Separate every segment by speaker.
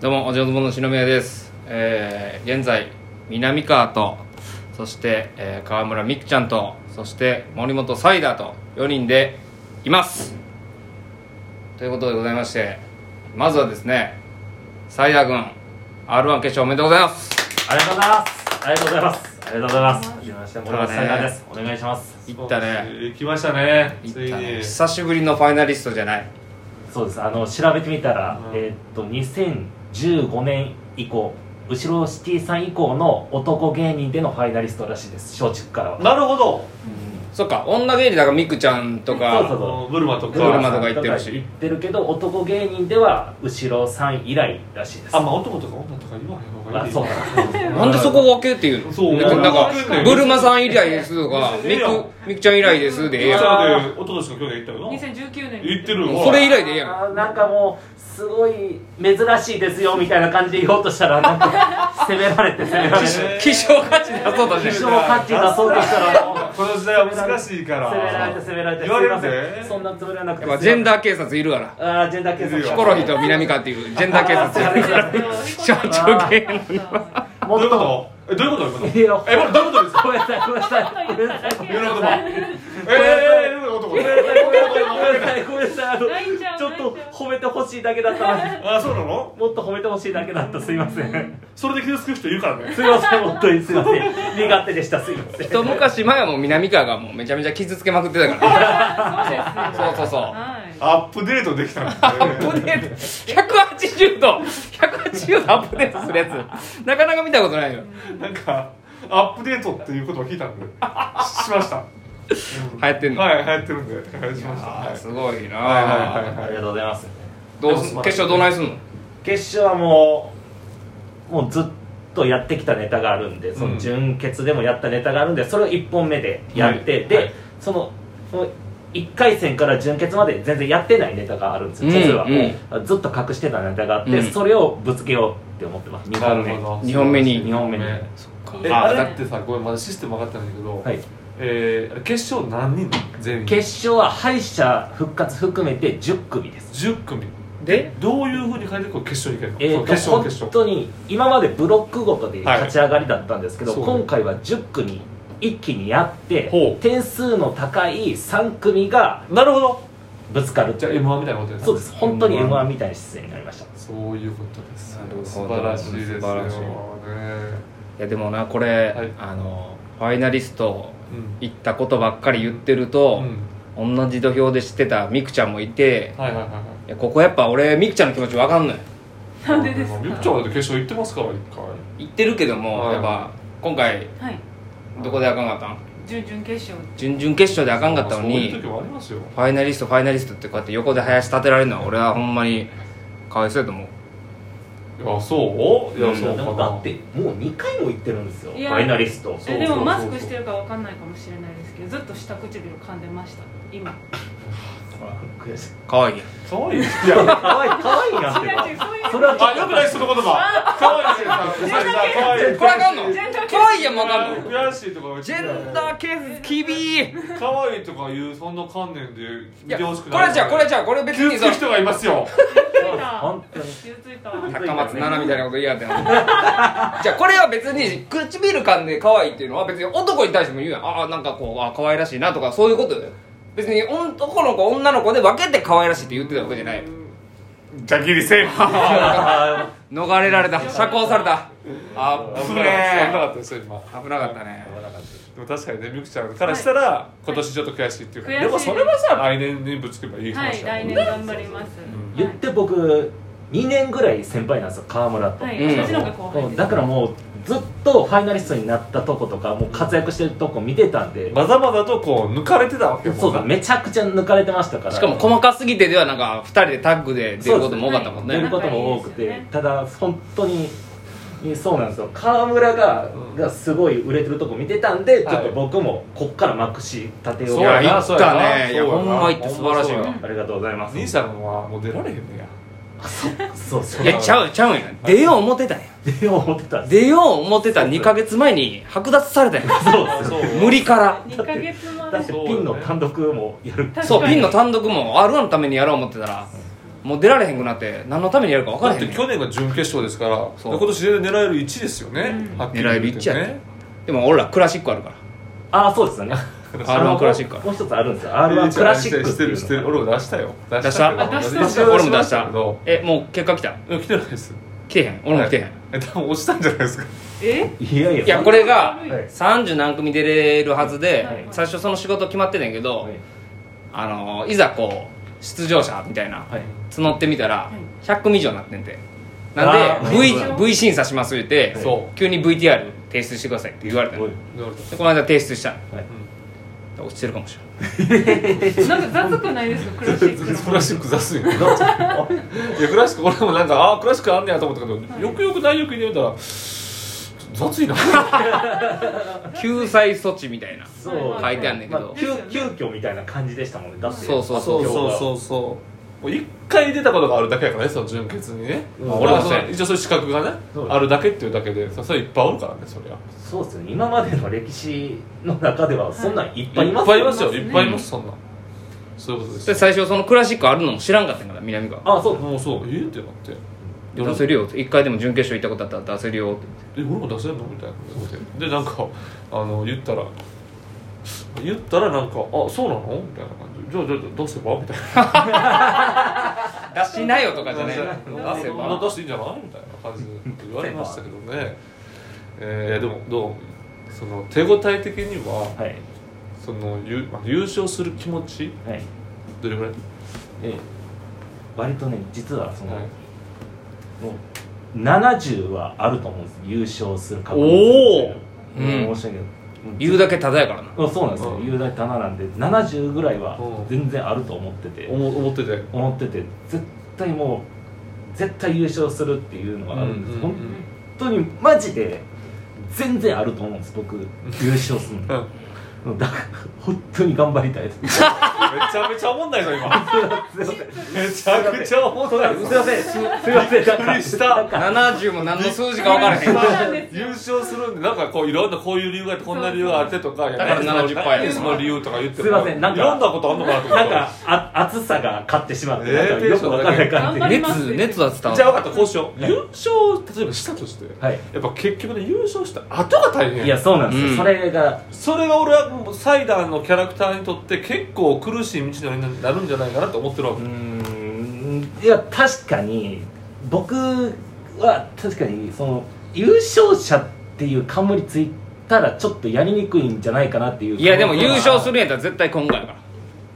Speaker 1: どうもおじょうずぼの篠宮です、えー現在南川とそして、えー川村美樹ちゃんとそして森本サイダーと4人でいますということでございましてまずはですねサイダー君 r 1決勝おめでとうございます
Speaker 2: ありがとうございます。ありがとうございます。ありがとうございます。はじめまして、森本さんです。お願いします。
Speaker 1: 行ったね
Speaker 3: 行きましたね
Speaker 1: いっ
Speaker 3: つ
Speaker 1: た
Speaker 3: い
Speaker 1: ね
Speaker 3: に
Speaker 1: 久しぶりのファイナリストじゃない
Speaker 2: そうです。あの調べてみたら、
Speaker 3: うん
Speaker 2: えーっと2015年以降、後ろシティさん以降の男芸人でのファイナリストらしいです。松竹からは。
Speaker 3: なるほど
Speaker 1: そっか女芸人だから美樹ちゃんと
Speaker 2: そうそ
Speaker 1: か
Speaker 2: う
Speaker 3: あのブルマと
Speaker 1: ブルマ
Speaker 3: か
Speaker 1: とか行ってるし
Speaker 2: 行ってるけど、男芸人では後ろさん以来らしいです。
Speaker 3: あまあ男とか女とか言わへん方がいい
Speaker 2: あそう
Speaker 3: だ
Speaker 1: なん でそこ分けっていうの
Speaker 3: そう
Speaker 1: なんかなんか
Speaker 3: 分けんねん
Speaker 1: ブルマさん以来ですとか
Speaker 3: 別にえ
Speaker 1: ミ
Speaker 3: えやん
Speaker 1: クミクちゃん以来ですでええやん
Speaker 3: でおととしの去年行ったよな
Speaker 4: 2019年
Speaker 3: 行ってる
Speaker 1: もうそれ以来でええやん
Speaker 2: あ ーなんかもうすごい珍しいですよみたいな感じで言おうとしたらなんか責められて責め られて
Speaker 3: えー
Speaker 1: 希少価値出そうとして
Speaker 2: 希
Speaker 1: る
Speaker 2: 少価値出そうとしたらもう
Speaker 3: この時代は難しいから
Speaker 2: 責められて責められて
Speaker 3: 言われる
Speaker 2: すいません
Speaker 3: ぜ
Speaker 2: そんなつもりはなくて
Speaker 1: やっぱジェン
Speaker 2: ー
Speaker 1: ダー警察いるから
Speaker 2: あージェンダー検
Speaker 3: いる
Speaker 2: 索
Speaker 1: ヒ
Speaker 3: よ
Speaker 1: コロヒーと南川っていうジェンダー警察いる
Speaker 4: 社
Speaker 1: 長系の
Speaker 2: も
Speaker 3: どうい
Speaker 2: っ
Speaker 3: うこととえどういうことどういうこと
Speaker 2: いいよ
Speaker 3: えこれどういうことですか
Speaker 2: ごめんなさいごめんなさいごめんなさい
Speaker 3: 言うなこともええー 男
Speaker 2: ごめんなさいごめんなさいあの
Speaker 4: 泣いちゃう
Speaker 2: ちょっと
Speaker 4: 泣いち
Speaker 2: 褒めてほしいだけだったのに
Speaker 3: あそうなの
Speaker 2: もっと褒めてほしいだけだったすいません
Speaker 3: それで傷つく人いるからね
Speaker 2: すいません本当にすいません苦手でしたすいません
Speaker 1: 一昔前はもう南川がもうめちゃめちゃ傷つけまくってたから
Speaker 4: そうですよ
Speaker 1: そうそうそう
Speaker 4: は
Speaker 3: アップデートできたんですね
Speaker 1: アップデート180度180度アップデートするやつなかなか見たことないよ
Speaker 3: なんかアップデートっていうことを聞いたんでしました
Speaker 1: 流行ってんの
Speaker 3: はい流行ってるんで流行しました
Speaker 1: あ
Speaker 3: は
Speaker 1: ー
Speaker 3: い
Speaker 1: すごい
Speaker 3: はいはいはい
Speaker 1: な
Speaker 2: ありがとうございます
Speaker 1: どうすん決勝どないすんの
Speaker 2: 決勝はもうもうずっとやってきたネタがあるんでその純潔でもやったネタがあるんで、それを1本目でやって、
Speaker 3: うん
Speaker 2: で、
Speaker 3: はい
Speaker 2: そのもう1回戦から純潔まで全然やってないネタがあるんですよ実は、
Speaker 1: う
Speaker 2: ずっと隠してたネタがあって、
Speaker 1: うん
Speaker 2: それをぶつけようって思ってます2本目
Speaker 3: なるほど
Speaker 1: 二本目に
Speaker 2: 二本目に
Speaker 3: ね
Speaker 4: い
Speaker 3: え
Speaker 2: あ
Speaker 3: あれ
Speaker 2: だ
Speaker 3: だってさごめんまだシステム分かってないんだけど、
Speaker 2: はい、
Speaker 3: えー、あれ決勝何人全員
Speaker 2: 決勝は敗者復活含めて10組です
Speaker 3: 10組
Speaker 1: で
Speaker 3: どういうふうに変えてこう決勝に行ける
Speaker 2: え
Speaker 3: の、
Speaker 2: ー、
Speaker 3: そ
Speaker 2: と
Speaker 3: う決
Speaker 2: 本
Speaker 3: 勝
Speaker 2: 当に今までブロックごとで
Speaker 3: はい
Speaker 2: 勝ち上がりだったんですけど、
Speaker 3: そう
Speaker 2: 今回は10組一気にやって
Speaker 3: ほう
Speaker 2: 点数の高い3組が
Speaker 3: なるほど
Speaker 2: ぶつかる
Speaker 3: じゃあ m 1みたいなことやな
Speaker 2: そうです本当に
Speaker 1: M1
Speaker 2: m 1みたいな出演になりました
Speaker 3: そういうことです
Speaker 1: なるほど
Speaker 3: 素晴らしいですよ
Speaker 1: 素晴らしい
Speaker 3: ね
Speaker 1: いやでもなこれ、
Speaker 3: はい
Speaker 1: あのファイナリスト
Speaker 3: うん
Speaker 1: 行ったことばっかり言ってると、同じ土俵で知ってたミクちゃんもいて
Speaker 3: はいはいはいはい
Speaker 1: いやここやっぱ俺ミクちゃんの気持ちわかんない
Speaker 4: いなんでですか
Speaker 3: みくちゃんはだって決勝行ってますから一回
Speaker 1: 言ってるけども、
Speaker 3: はい
Speaker 1: やっぱ今回
Speaker 4: はい
Speaker 1: どこであかんかったん
Speaker 4: 準々決勝
Speaker 1: 準々決勝であかんかったのに
Speaker 3: そういう時もありますよ
Speaker 1: ファイナリストファイナリストってこうやって横で林立てられるのは俺はほんまにかわいそうやと思う
Speaker 3: いやそういや
Speaker 1: うん
Speaker 3: そうかな
Speaker 2: だってもう2回も行ってるんですよフ
Speaker 4: いや
Speaker 2: ァイナリスト
Speaker 3: そう
Speaker 4: えでもマスクしてるからわかんないかもしれないですけどずっと下唇噛んでました今
Speaker 2: 悔しい
Speaker 1: かわいいやん
Speaker 3: かわいいいや
Speaker 2: かわいいかわいいな
Speaker 4: 違う違うそういう
Speaker 2: それは
Speaker 3: あよくない人の言葉かわいいですよかわいい
Speaker 1: これあかんの
Speaker 4: ジェンダー系
Speaker 1: かわいいやんわかんの
Speaker 3: 悔しいとか
Speaker 1: ジェンダーケース厳いい
Speaker 3: ー可愛いとかいうそんな観念で見
Speaker 1: や
Speaker 3: て
Speaker 1: こ
Speaker 3: ほしくない
Speaker 1: れじゃあこれじゃあこれ別
Speaker 3: 傷
Speaker 1: に
Speaker 3: つ
Speaker 1: さ
Speaker 3: く人がいますよ
Speaker 4: ついた
Speaker 2: 本当に
Speaker 4: 傷ついた
Speaker 1: 高松菜奈みたいなこと言いやがってなじゃあこれは別に唇噛んで可愛いっていうのは別に男に対しても言うやんああなんかこうあ可愛らしいなとかそういうことだよ別に男の子女の子で分けて可愛らしいって言ってたわけじゃないよ
Speaker 3: じゃぎりセーフ
Speaker 2: あ
Speaker 1: 逃れられた釈放されたあっ
Speaker 3: 危
Speaker 1: ぶ
Speaker 3: なか
Speaker 1: ね
Speaker 3: ったですよ今
Speaker 1: え危なかったね
Speaker 3: でも確かにねみくちゃんからしたら今年ちょっと悔しいっていうか
Speaker 4: 悔しい
Speaker 3: でもそれはさ来年にぶつけばいい
Speaker 4: はい
Speaker 3: 話だ
Speaker 4: 来
Speaker 3: も
Speaker 4: 年
Speaker 3: んね
Speaker 4: 頑張ります
Speaker 3: ん
Speaker 2: 言って僕2年ぐらい先輩なんですよ河村と、
Speaker 4: はい
Speaker 1: うん
Speaker 4: そっちの方が後輩です
Speaker 2: だからもうずっとファイナリストになったとことかもう活躍してるとこ見てたんで、
Speaker 3: まだまだとこう抜かれてたわけもんな
Speaker 2: そうだめちゃくちゃ抜かれてましたから
Speaker 1: しかも細かすぎてではなんか2人でタッグで出ることも多かったもん
Speaker 2: 出る
Speaker 1: ね
Speaker 2: ことも多くて、
Speaker 4: 仲いいですよね
Speaker 2: ただ本当にそうなんですよ河村が,、
Speaker 3: うん
Speaker 2: がすごい売れてるとこ見てたんで、
Speaker 3: はい
Speaker 2: ちょっと僕もこっからまくし立てよう
Speaker 3: そう
Speaker 1: いや
Speaker 3: や
Speaker 1: 行
Speaker 3: な
Speaker 1: っ
Speaker 3: そうや
Speaker 1: た
Speaker 3: な
Speaker 1: ねいや
Speaker 3: そうや
Speaker 1: ほ
Speaker 3: なん
Speaker 1: ま行って素晴らしい
Speaker 3: ほんま
Speaker 1: わ
Speaker 3: そう
Speaker 2: ありがとうございます
Speaker 3: 兄さんはもう出られへんのや
Speaker 2: そうそう
Speaker 1: いやちゃうちゃうんや出よう思ってたんや
Speaker 2: 出よう思ってたんです
Speaker 1: 出よう思ってた2ヶ月前に剥奪されたんや
Speaker 2: そう
Speaker 3: あそう
Speaker 1: 無理から
Speaker 4: 2ヶ月前
Speaker 2: だってピンの単独もやる
Speaker 4: 確かに
Speaker 1: そうピンの単独も r 1のためにやろう思ってたらもう出られへんくなって何のためにやるか分から
Speaker 3: だ
Speaker 1: へ
Speaker 3: っ
Speaker 1: んね
Speaker 3: て
Speaker 1: ん
Speaker 3: 去年が準決勝ですからで
Speaker 1: そう
Speaker 3: 今年全然狙える1ですよね、
Speaker 4: うん
Speaker 3: はっきり
Speaker 1: 狙え
Speaker 3: 言
Speaker 1: る
Speaker 3: っ
Speaker 1: 1
Speaker 3: て
Speaker 1: や
Speaker 3: ね
Speaker 1: ねでも俺らクラシックあるから
Speaker 2: ああそうですよね
Speaker 1: R1 クラシック
Speaker 2: もう一つあるんですよ R1 クラシック
Speaker 3: し
Speaker 2: って
Speaker 3: て
Speaker 2: いう
Speaker 3: る
Speaker 2: の
Speaker 3: してる俺も出したよ出
Speaker 1: 出した
Speaker 3: けど
Speaker 4: あ出した
Speaker 3: 出した
Speaker 1: 俺も出した
Speaker 3: けど
Speaker 1: えもう結果来た
Speaker 3: うん来てないです
Speaker 1: 来てへん俺も来てへん、
Speaker 3: はいえ多分押したんじゃないですか
Speaker 4: え
Speaker 2: いやいや
Speaker 1: いやこれが
Speaker 4: はい
Speaker 2: はい
Speaker 1: 30何組出れるはずで、
Speaker 4: はい
Speaker 1: 最初その仕事決まってたんやけど、
Speaker 2: はい
Speaker 1: あのいざこう出場者みたいな、
Speaker 2: はい
Speaker 1: 募ってみたら
Speaker 4: は
Speaker 1: 100組以上になってんてな
Speaker 2: あ
Speaker 1: ん
Speaker 2: ー
Speaker 1: で V,
Speaker 4: はい
Speaker 1: v 審査します言って、
Speaker 2: はい
Speaker 3: そ
Speaker 1: 急に VTR 提出してくださいって言われたの
Speaker 2: おい
Speaker 1: でこの間提出した、落ちてるかもし
Speaker 4: なんか雑くないですかクラシックの
Speaker 3: クラシック雑すよねいやクラシック俺もなんかああクラシックあんねやと思ったけど、
Speaker 4: はい
Speaker 3: よくよく内容聞いてみたら雑いな
Speaker 1: れん救済措置みたいな
Speaker 2: そ
Speaker 1: 書いてあんねんけど
Speaker 2: まあ急急遽みたいな感じでしたもんねだって
Speaker 1: そうそう
Speaker 3: そうそう
Speaker 2: う
Speaker 3: そうそうもう1回出たことがあるだけやからねその準決にね、
Speaker 2: うん
Speaker 3: 俺はそ
Speaker 1: そう
Speaker 3: の一応そういう資格がね
Speaker 2: そうです
Speaker 3: あるだけっていうだけでそそれいっぱいおるからねそりゃ
Speaker 2: そうですよね今までの歴史の中ではそんなんいっぱい
Speaker 3: い
Speaker 2: い
Speaker 3: っ
Speaker 2: ます
Speaker 3: ぱいいますよ
Speaker 4: いますね
Speaker 3: いっぱいいますそんなんそういうことです
Speaker 1: で最初そのクラシックあるのも知らんかったんやから南川
Speaker 2: あそう
Speaker 3: もうそうえっってなって
Speaker 1: で出せるよって一回でも準決勝行ったことあったら出せるよって
Speaker 3: え俺も出せんのみたいなでなんかあの言ったら言ったらなんか「あそうなの?」みたいな感じで「じゃあじゃあじゃあ出せば?」みたいな
Speaker 1: 出しなよとかじゃない
Speaker 3: 「出
Speaker 1: 出
Speaker 3: せ
Speaker 1: せ
Speaker 3: ば出
Speaker 1: ば
Speaker 3: していいんじゃない?」みたいな感じで言われましたけどねえー、でもどうその手応え的には
Speaker 2: はい
Speaker 3: そのゆ、まあ、優勝する気持ち
Speaker 2: はい
Speaker 3: どれぐらい、
Speaker 2: ええ割とね実はその、
Speaker 3: はい
Speaker 2: もう70はあると思うんです優勝する確率
Speaker 1: おー
Speaker 2: うん申し訳ない
Speaker 1: 言うだけただやからな
Speaker 2: うんそうなんですよ、
Speaker 3: うん
Speaker 2: 雄大棚なんで70ぐらいは
Speaker 3: うん
Speaker 2: 全然あると思ってて、
Speaker 3: 思思ってて
Speaker 2: 思ってて絶対もう絶対優勝するっていうのがあるんです、
Speaker 3: うんうんうん
Speaker 2: 本当にマジで全然あると思うんです僕優勝するの
Speaker 3: うん
Speaker 2: だから本当に頑張りたいです
Speaker 3: めちゃめちゃおもんないぞ今
Speaker 2: すいません
Speaker 3: めちゃくちゃおもんない
Speaker 2: すいませんすいませんなんか
Speaker 3: した
Speaker 1: 70も何の数字か分からへんだ
Speaker 3: 優勝するんでなんかこういろんなこういう理由があってこんな理由があってとかだ
Speaker 1: から70パーやね
Speaker 3: その理由とか言っても
Speaker 2: すいませんなんか
Speaker 3: いろんなことあんのかなと思った
Speaker 2: なんかあ暑さが勝ってしまって
Speaker 3: えー
Speaker 2: なんかよくわからない感じ
Speaker 4: テンションだ
Speaker 2: で
Speaker 4: け
Speaker 1: 熱熱は伝わ
Speaker 3: じゃあ
Speaker 1: る
Speaker 3: 分かったこうしよう優勝例えばしたとして
Speaker 2: はい
Speaker 3: やっぱ結局ね優勝した後が大変
Speaker 2: いやそうなんですよ、
Speaker 1: うん
Speaker 2: それが
Speaker 3: それが俺はもうサイダーのキャラクターにとって結構苦しい道のりになるんじゃないかなと思ってるわ
Speaker 2: う
Speaker 3: け、
Speaker 2: ーんいや確かに僕は確かにその優勝者っていう冠ついたらちょっとやりにくいんじゃないかなっていう
Speaker 1: いやでも優勝するんやったら絶対今回やから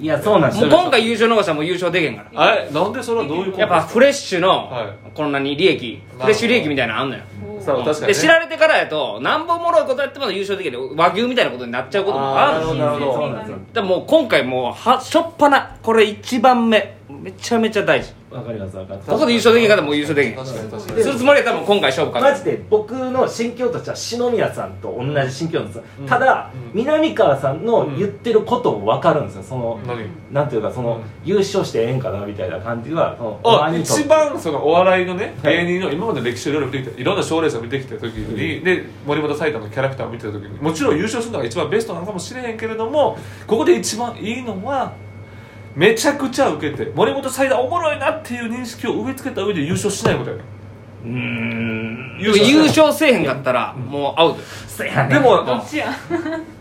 Speaker 2: いやそうなんです
Speaker 1: も
Speaker 2: よ
Speaker 1: う今回優勝逃したらもう優勝できへんから
Speaker 3: あれなんでそれはどういうこと
Speaker 1: やっぱフレッシュの
Speaker 3: は
Speaker 1: こんなに利益フレッシュ利益みたいなのあんのよ
Speaker 3: さあ確かに、ね、
Speaker 1: で知られてからやと何本もろいことやっても優勝できる和牛みたいなことになっちゃうこともあ
Speaker 3: な
Speaker 1: る
Speaker 3: る
Speaker 1: し
Speaker 3: ほどなるほど
Speaker 2: そうなんですよ
Speaker 1: でもう今回もうはしょっぱなこれ一番目めちゃめちゃ大事
Speaker 2: わかりますわかります
Speaker 1: ここで優勝できへんかったらもう優勝できへん
Speaker 3: 確かに確かに
Speaker 1: するつもりやったらもう今回勝負か
Speaker 2: マ
Speaker 1: な
Speaker 2: ジで僕の心境としては篠宮さんと同じ心境なんですよ、
Speaker 3: うん
Speaker 2: ただ、
Speaker 3: うん
Speaker 2: 南川さんの言ってることも分かるんですよその、
Speaker 3: 何
Speaker 2: なんていうかその、
Speaker 3: うん
Speaker 2: 優勝してええんかなみたいな感じはそのお
Speaker 3: あ
Speaker 2: 前にとって
Speaker 3: 一番そのお笑いのね
Speaker 2: はい
Speaker 3: 芸人の今までの歴史をいろいろ見てきていろんな賞レースを見てきた時に、で森本彩太のキャラクターを見てた時にもちろん優勝するのが一番ベストなのかもしれへんけれどもここで一番いいのはめちゃくちゃ受けて森本彩太おもろいなっていう認識を植え付けた上で優勝しないことやね
Speaker 2: うーん
Speaker 3: 優勝
Speaker 1: 優勝せえへんかったらもうアウトよ
Speaker 2: そやね
Speaker 3: でも
Speaker 4: どっちや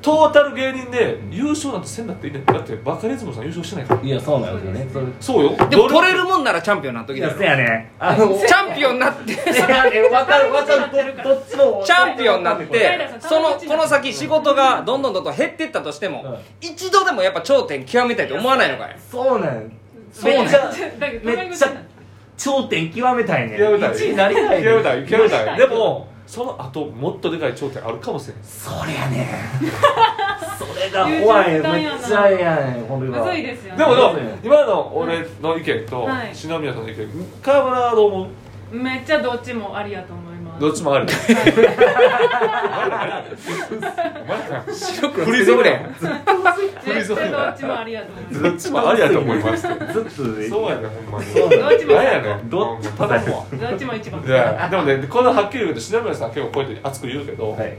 Speaker 3: トータル芸人で優勝なんてせんだっていいねだってバカリズムさん優勝してないから
Speaker 2: いやそうなんですよねそれ
Speaker 3: そうよ
Speaker 1: でも取れるもんならチャンピオンになっと
Speaker 2: い
Speaker 1: きた
Speaker 2: や
Speaker 1: い
Speaker 2: せやねあの
Speaker 1: チャンピオンになって
Speaker 2: せやねわかるわかるどどっち も
Speaker 1: チャンピオンになってそのこの先仕事がどんどんどんどん減ってったとしても、
Speaker 2: うん
Speaker 1: 一度でもやっぱ頂点極めたいと思わないのかい
Speaker 2: そうなん
Speaker 1: そうなん
Speaker 2: めっちゃ
Speaker 4: だけど
Speaker 2: めっちゃ頂点極めたいね
Speaker 3: 極めたい
Speaker 2: 1位になりたいね
Speaker 3: 極めたい極めたい
Speaker 4: 優勝した
Speaker 3: で
Speaker 4: い
Speaker 3: もその後もっとでかい頂点あるかもしれない
Speaker 2: それや ねそれが怖いめっちゃええやねほん
Speaker 4: む
Speaker 2: とは
Speaker 4: ずいですよね
Speaker 3: でもでも
Speaker 2: うん
Speaker 3: 今の俺の意見と
Speaker 4: はい
Speaker 3: 篠宮さんの意見川村はどう思う
Speaker 4: めっちゃどっちもありやと思います
Speaker 3: どっち もある
Speaker 1: 白
Speaker 3: 振り袖や
Speaker 1: ん
Speaker 3: 振り
Speaker 4: 絶
Speaker 3: 袖
Speaker 4: 対
Speaker 3: や
Speaker 4: どっちもありやと思います
Speaker 3: どっちもありやと思います
Speaker 2: ずっと
Speaker 3: そうやねほんまに
Speaker 2: そう
Speaker 4: どっちも
Speaker 3: なんやねん
Speaker 2: どっちも
Speaker 3: 頼むわ
Speaker 4: どっちも一番
Speaker 3: いやでもねこのはっきり言うけど篠宮さんは結構こうやって熱く言うけど
Speaker 2: はい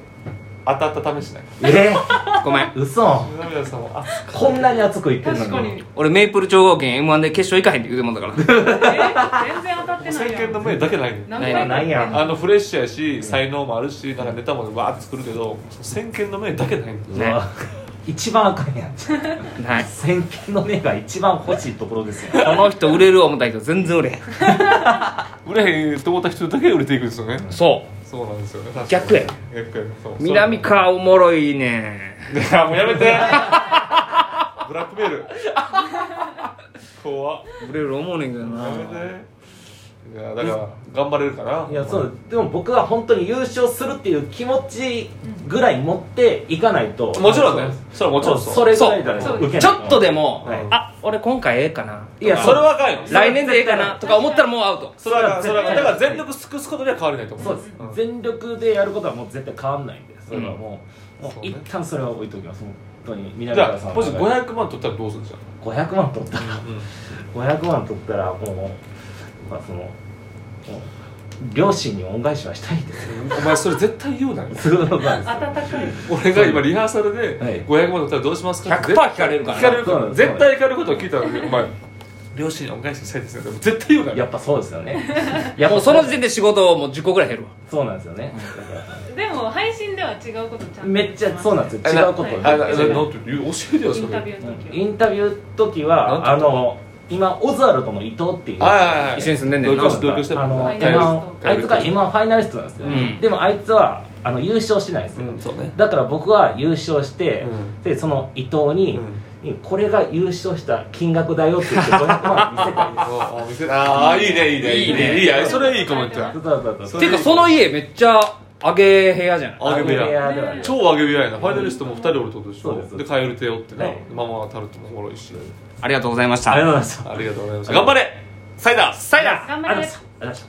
Speaker 3: 当たった試しない
Speaker 2: え
Speaker 1: ごめん
Speaker 2: 嘘
Speaker 3: 涙さんもあ
Speaker 2: こんなに熱くいってんの
Speaker 4: 確かに、
Speaker 2: に
Speaker 1: 俺メイプル超合金 m 1で決勝行かへんって言うてもんだから
Speaker 4: えー全然当たってない
Speaker 3: 先
Speaker 4: や
Speaker 3: 見
Speaker 4: ん
Speaker 3: の目だけないね
Speaker 4: 何
Speaker 1: ない
Speaker 4: 回
Speaker 1: な
Speaker 2: な
Speaker 4: か
Speaker 2: いやん
Speaker 3: あのフレッシュやし才能もあるしなんかネタもわーって作るけど先見の目だけないね
Speaker 2: うわ一番あかんやん
Speaker 1: はい
Speaker 2: 先見の目が一番欲しいところですよ
Speaker 1: この人売れる思った人全然売れへん
Speaker 3: 売れへんと思った人だけ売れていくんですよね
Speaker 1: そ
Speaker 3: そうなんですよね
Speaker 1: 逆や
Speaker 3: 逆やそう
Speaker 1: う南川おもろいね
Speaker 3: いやもう やめ てブラックメール怖っ
Speaker 1: 売れる思うねんけどな
Speaker 3: やめていやだから頑張れるかない
Speaker 2: やそうでも僕は本当に優勝するっていう気持ちぐらい持っていかないと
Speaker 3: もちろんねそれはもちろんそう
Speaker 2: それぐらいだね
Speaker 4: そう
Speaker 1: ちょっとでも、
Speaker 2: はい
Speaker 1: あ俺今回ええかない
Speaker 2: や
Speaker 3: それはあかんよ
Speaker 1: 来年でええかなとか思ったらもうアウト
Speaker 3: それはあかんそ
Speaker 2: そ
Speaker 3: れ
Speaker 2: れ
Speaker 3: は
Speaker 2: は
Speaker 3: あかんだから全力尽くすことには変わりないと思う
Speaker 2: そうです、
Speaker 3: ん
Speaker 2: 全力でやることはもう絶対変わんないんでそれはもう,、
Speaker 3: うん
Speaker 2: も
Speaker 3: そう
Speaker 2: う
Speaker 3: ね
Speaker 2: 一旦それは置いときます本当に南
Speaker 3: じゃ
Speaker 2: 川
Speaker 3: あ
Speaker 2: さん
Speaker 3: もし500万取ったらどうするじゃん
Speaker 2: 500万取ったら、500万取ったらもう、まあ、そのもう両親に恩返しはしたいですよ
Speaker 3: お前それ絶対言うなよ
Speaker 2: そういうことなんですよ
Speaker 4: 温かい
Speaker 3: 俺が今リハーサルで
Speaker 2: はい
Speaker 3: 500万取ったらどうしますか
Speaker 1: 100%聞かれるから
Speaker 3: 聞
Speaker 1: な
Speaker 3: かれるか
Speaker 2: そうなん
Speaker 3: ら
Speaker 2: です
Speaker 3: 絶対聞かれることを聞いたのにお前両親に恩返ししたいですよでも絶対言うな
Speaker 2: や
Speaker 3: よ
Speaker 2: っぱそうですよね
Speaker 1: いやもうその時点
Speaker 2: で
Speaker 1: で仕事もう10個ぐらい減るわ
Speaker 2: そうなんですよねだか
Speaker 4: でも配信では違うことち
Speaker 2: ら
Speaker 4: ゃんと
Speaker 2: めっちゃそうなんですよ違うこと
Speaker 3: あ
Speaker 4: は
Speaker 3: ないななんて言う教えてよ
Speaker 4: イ
Speaker 3: そ
Speaker 4: ン
Speaker 3: れ
Speaker 4: タビューの時
Speaker 2: インタビュー時
Speaker 3: なんて
Speaker 2: はあの今オズワルドの伊藤っていう
Speaker 3: はいはいはい
Speaker 1: 一緒に住んでんねんな
Speaker 3: 同居し同居して
Speaker 2: あの
Speaker 4: ファイナリスト
Speaker 2: M1 あいつが M1 ファイナリストなんですよ、
Speaker 1: うん
Speaker 2: でもあいつはあの優勝してないんです
Speaker 3: う
Speaker 2: よ、
Speaker 3: んそうね
Speaker 2: だから僕は優勝して、
Speaker 3: うん
Speaker 2: でその伊藤に、これが優勝した金額だよって言って500万見せたいで
Speaker 3: あ見せるあーいいねいいね
Speaker 1: いいね
Speaker 3: いいねそれいいコメントや
Speaker 2: すそうそうそうそう
Speaker 1: ていうかその家めっちゃ上げ部屋じゃない
Speaker 3: あげ部
Speaker 2: アゲ部
Speaker 3: 屋
Speaker 2: 屋ではない
Speaker 3: 超上げ部屋やなファイナリストも2人おるってことでし
Speaker 2: そう
Speaker 3: ょ
Speaker 2: です
Speaker 3: でカエルテよってな
Speaker 2: はい
Speaker 3: ママはタルトもおもろいし
Speaker 1: ありがとうございました
Speaker 2: ありがとうございました
Speaker 3: ありがとうございました頑張れサイダー
Speaker 1: サイダー
Speaker 4: 頑
Speaker 2: あり
Speaker 4: 張
Speaker 2: がとうございましたあり
Speaker 4: れ
Speaker 2: がとうございました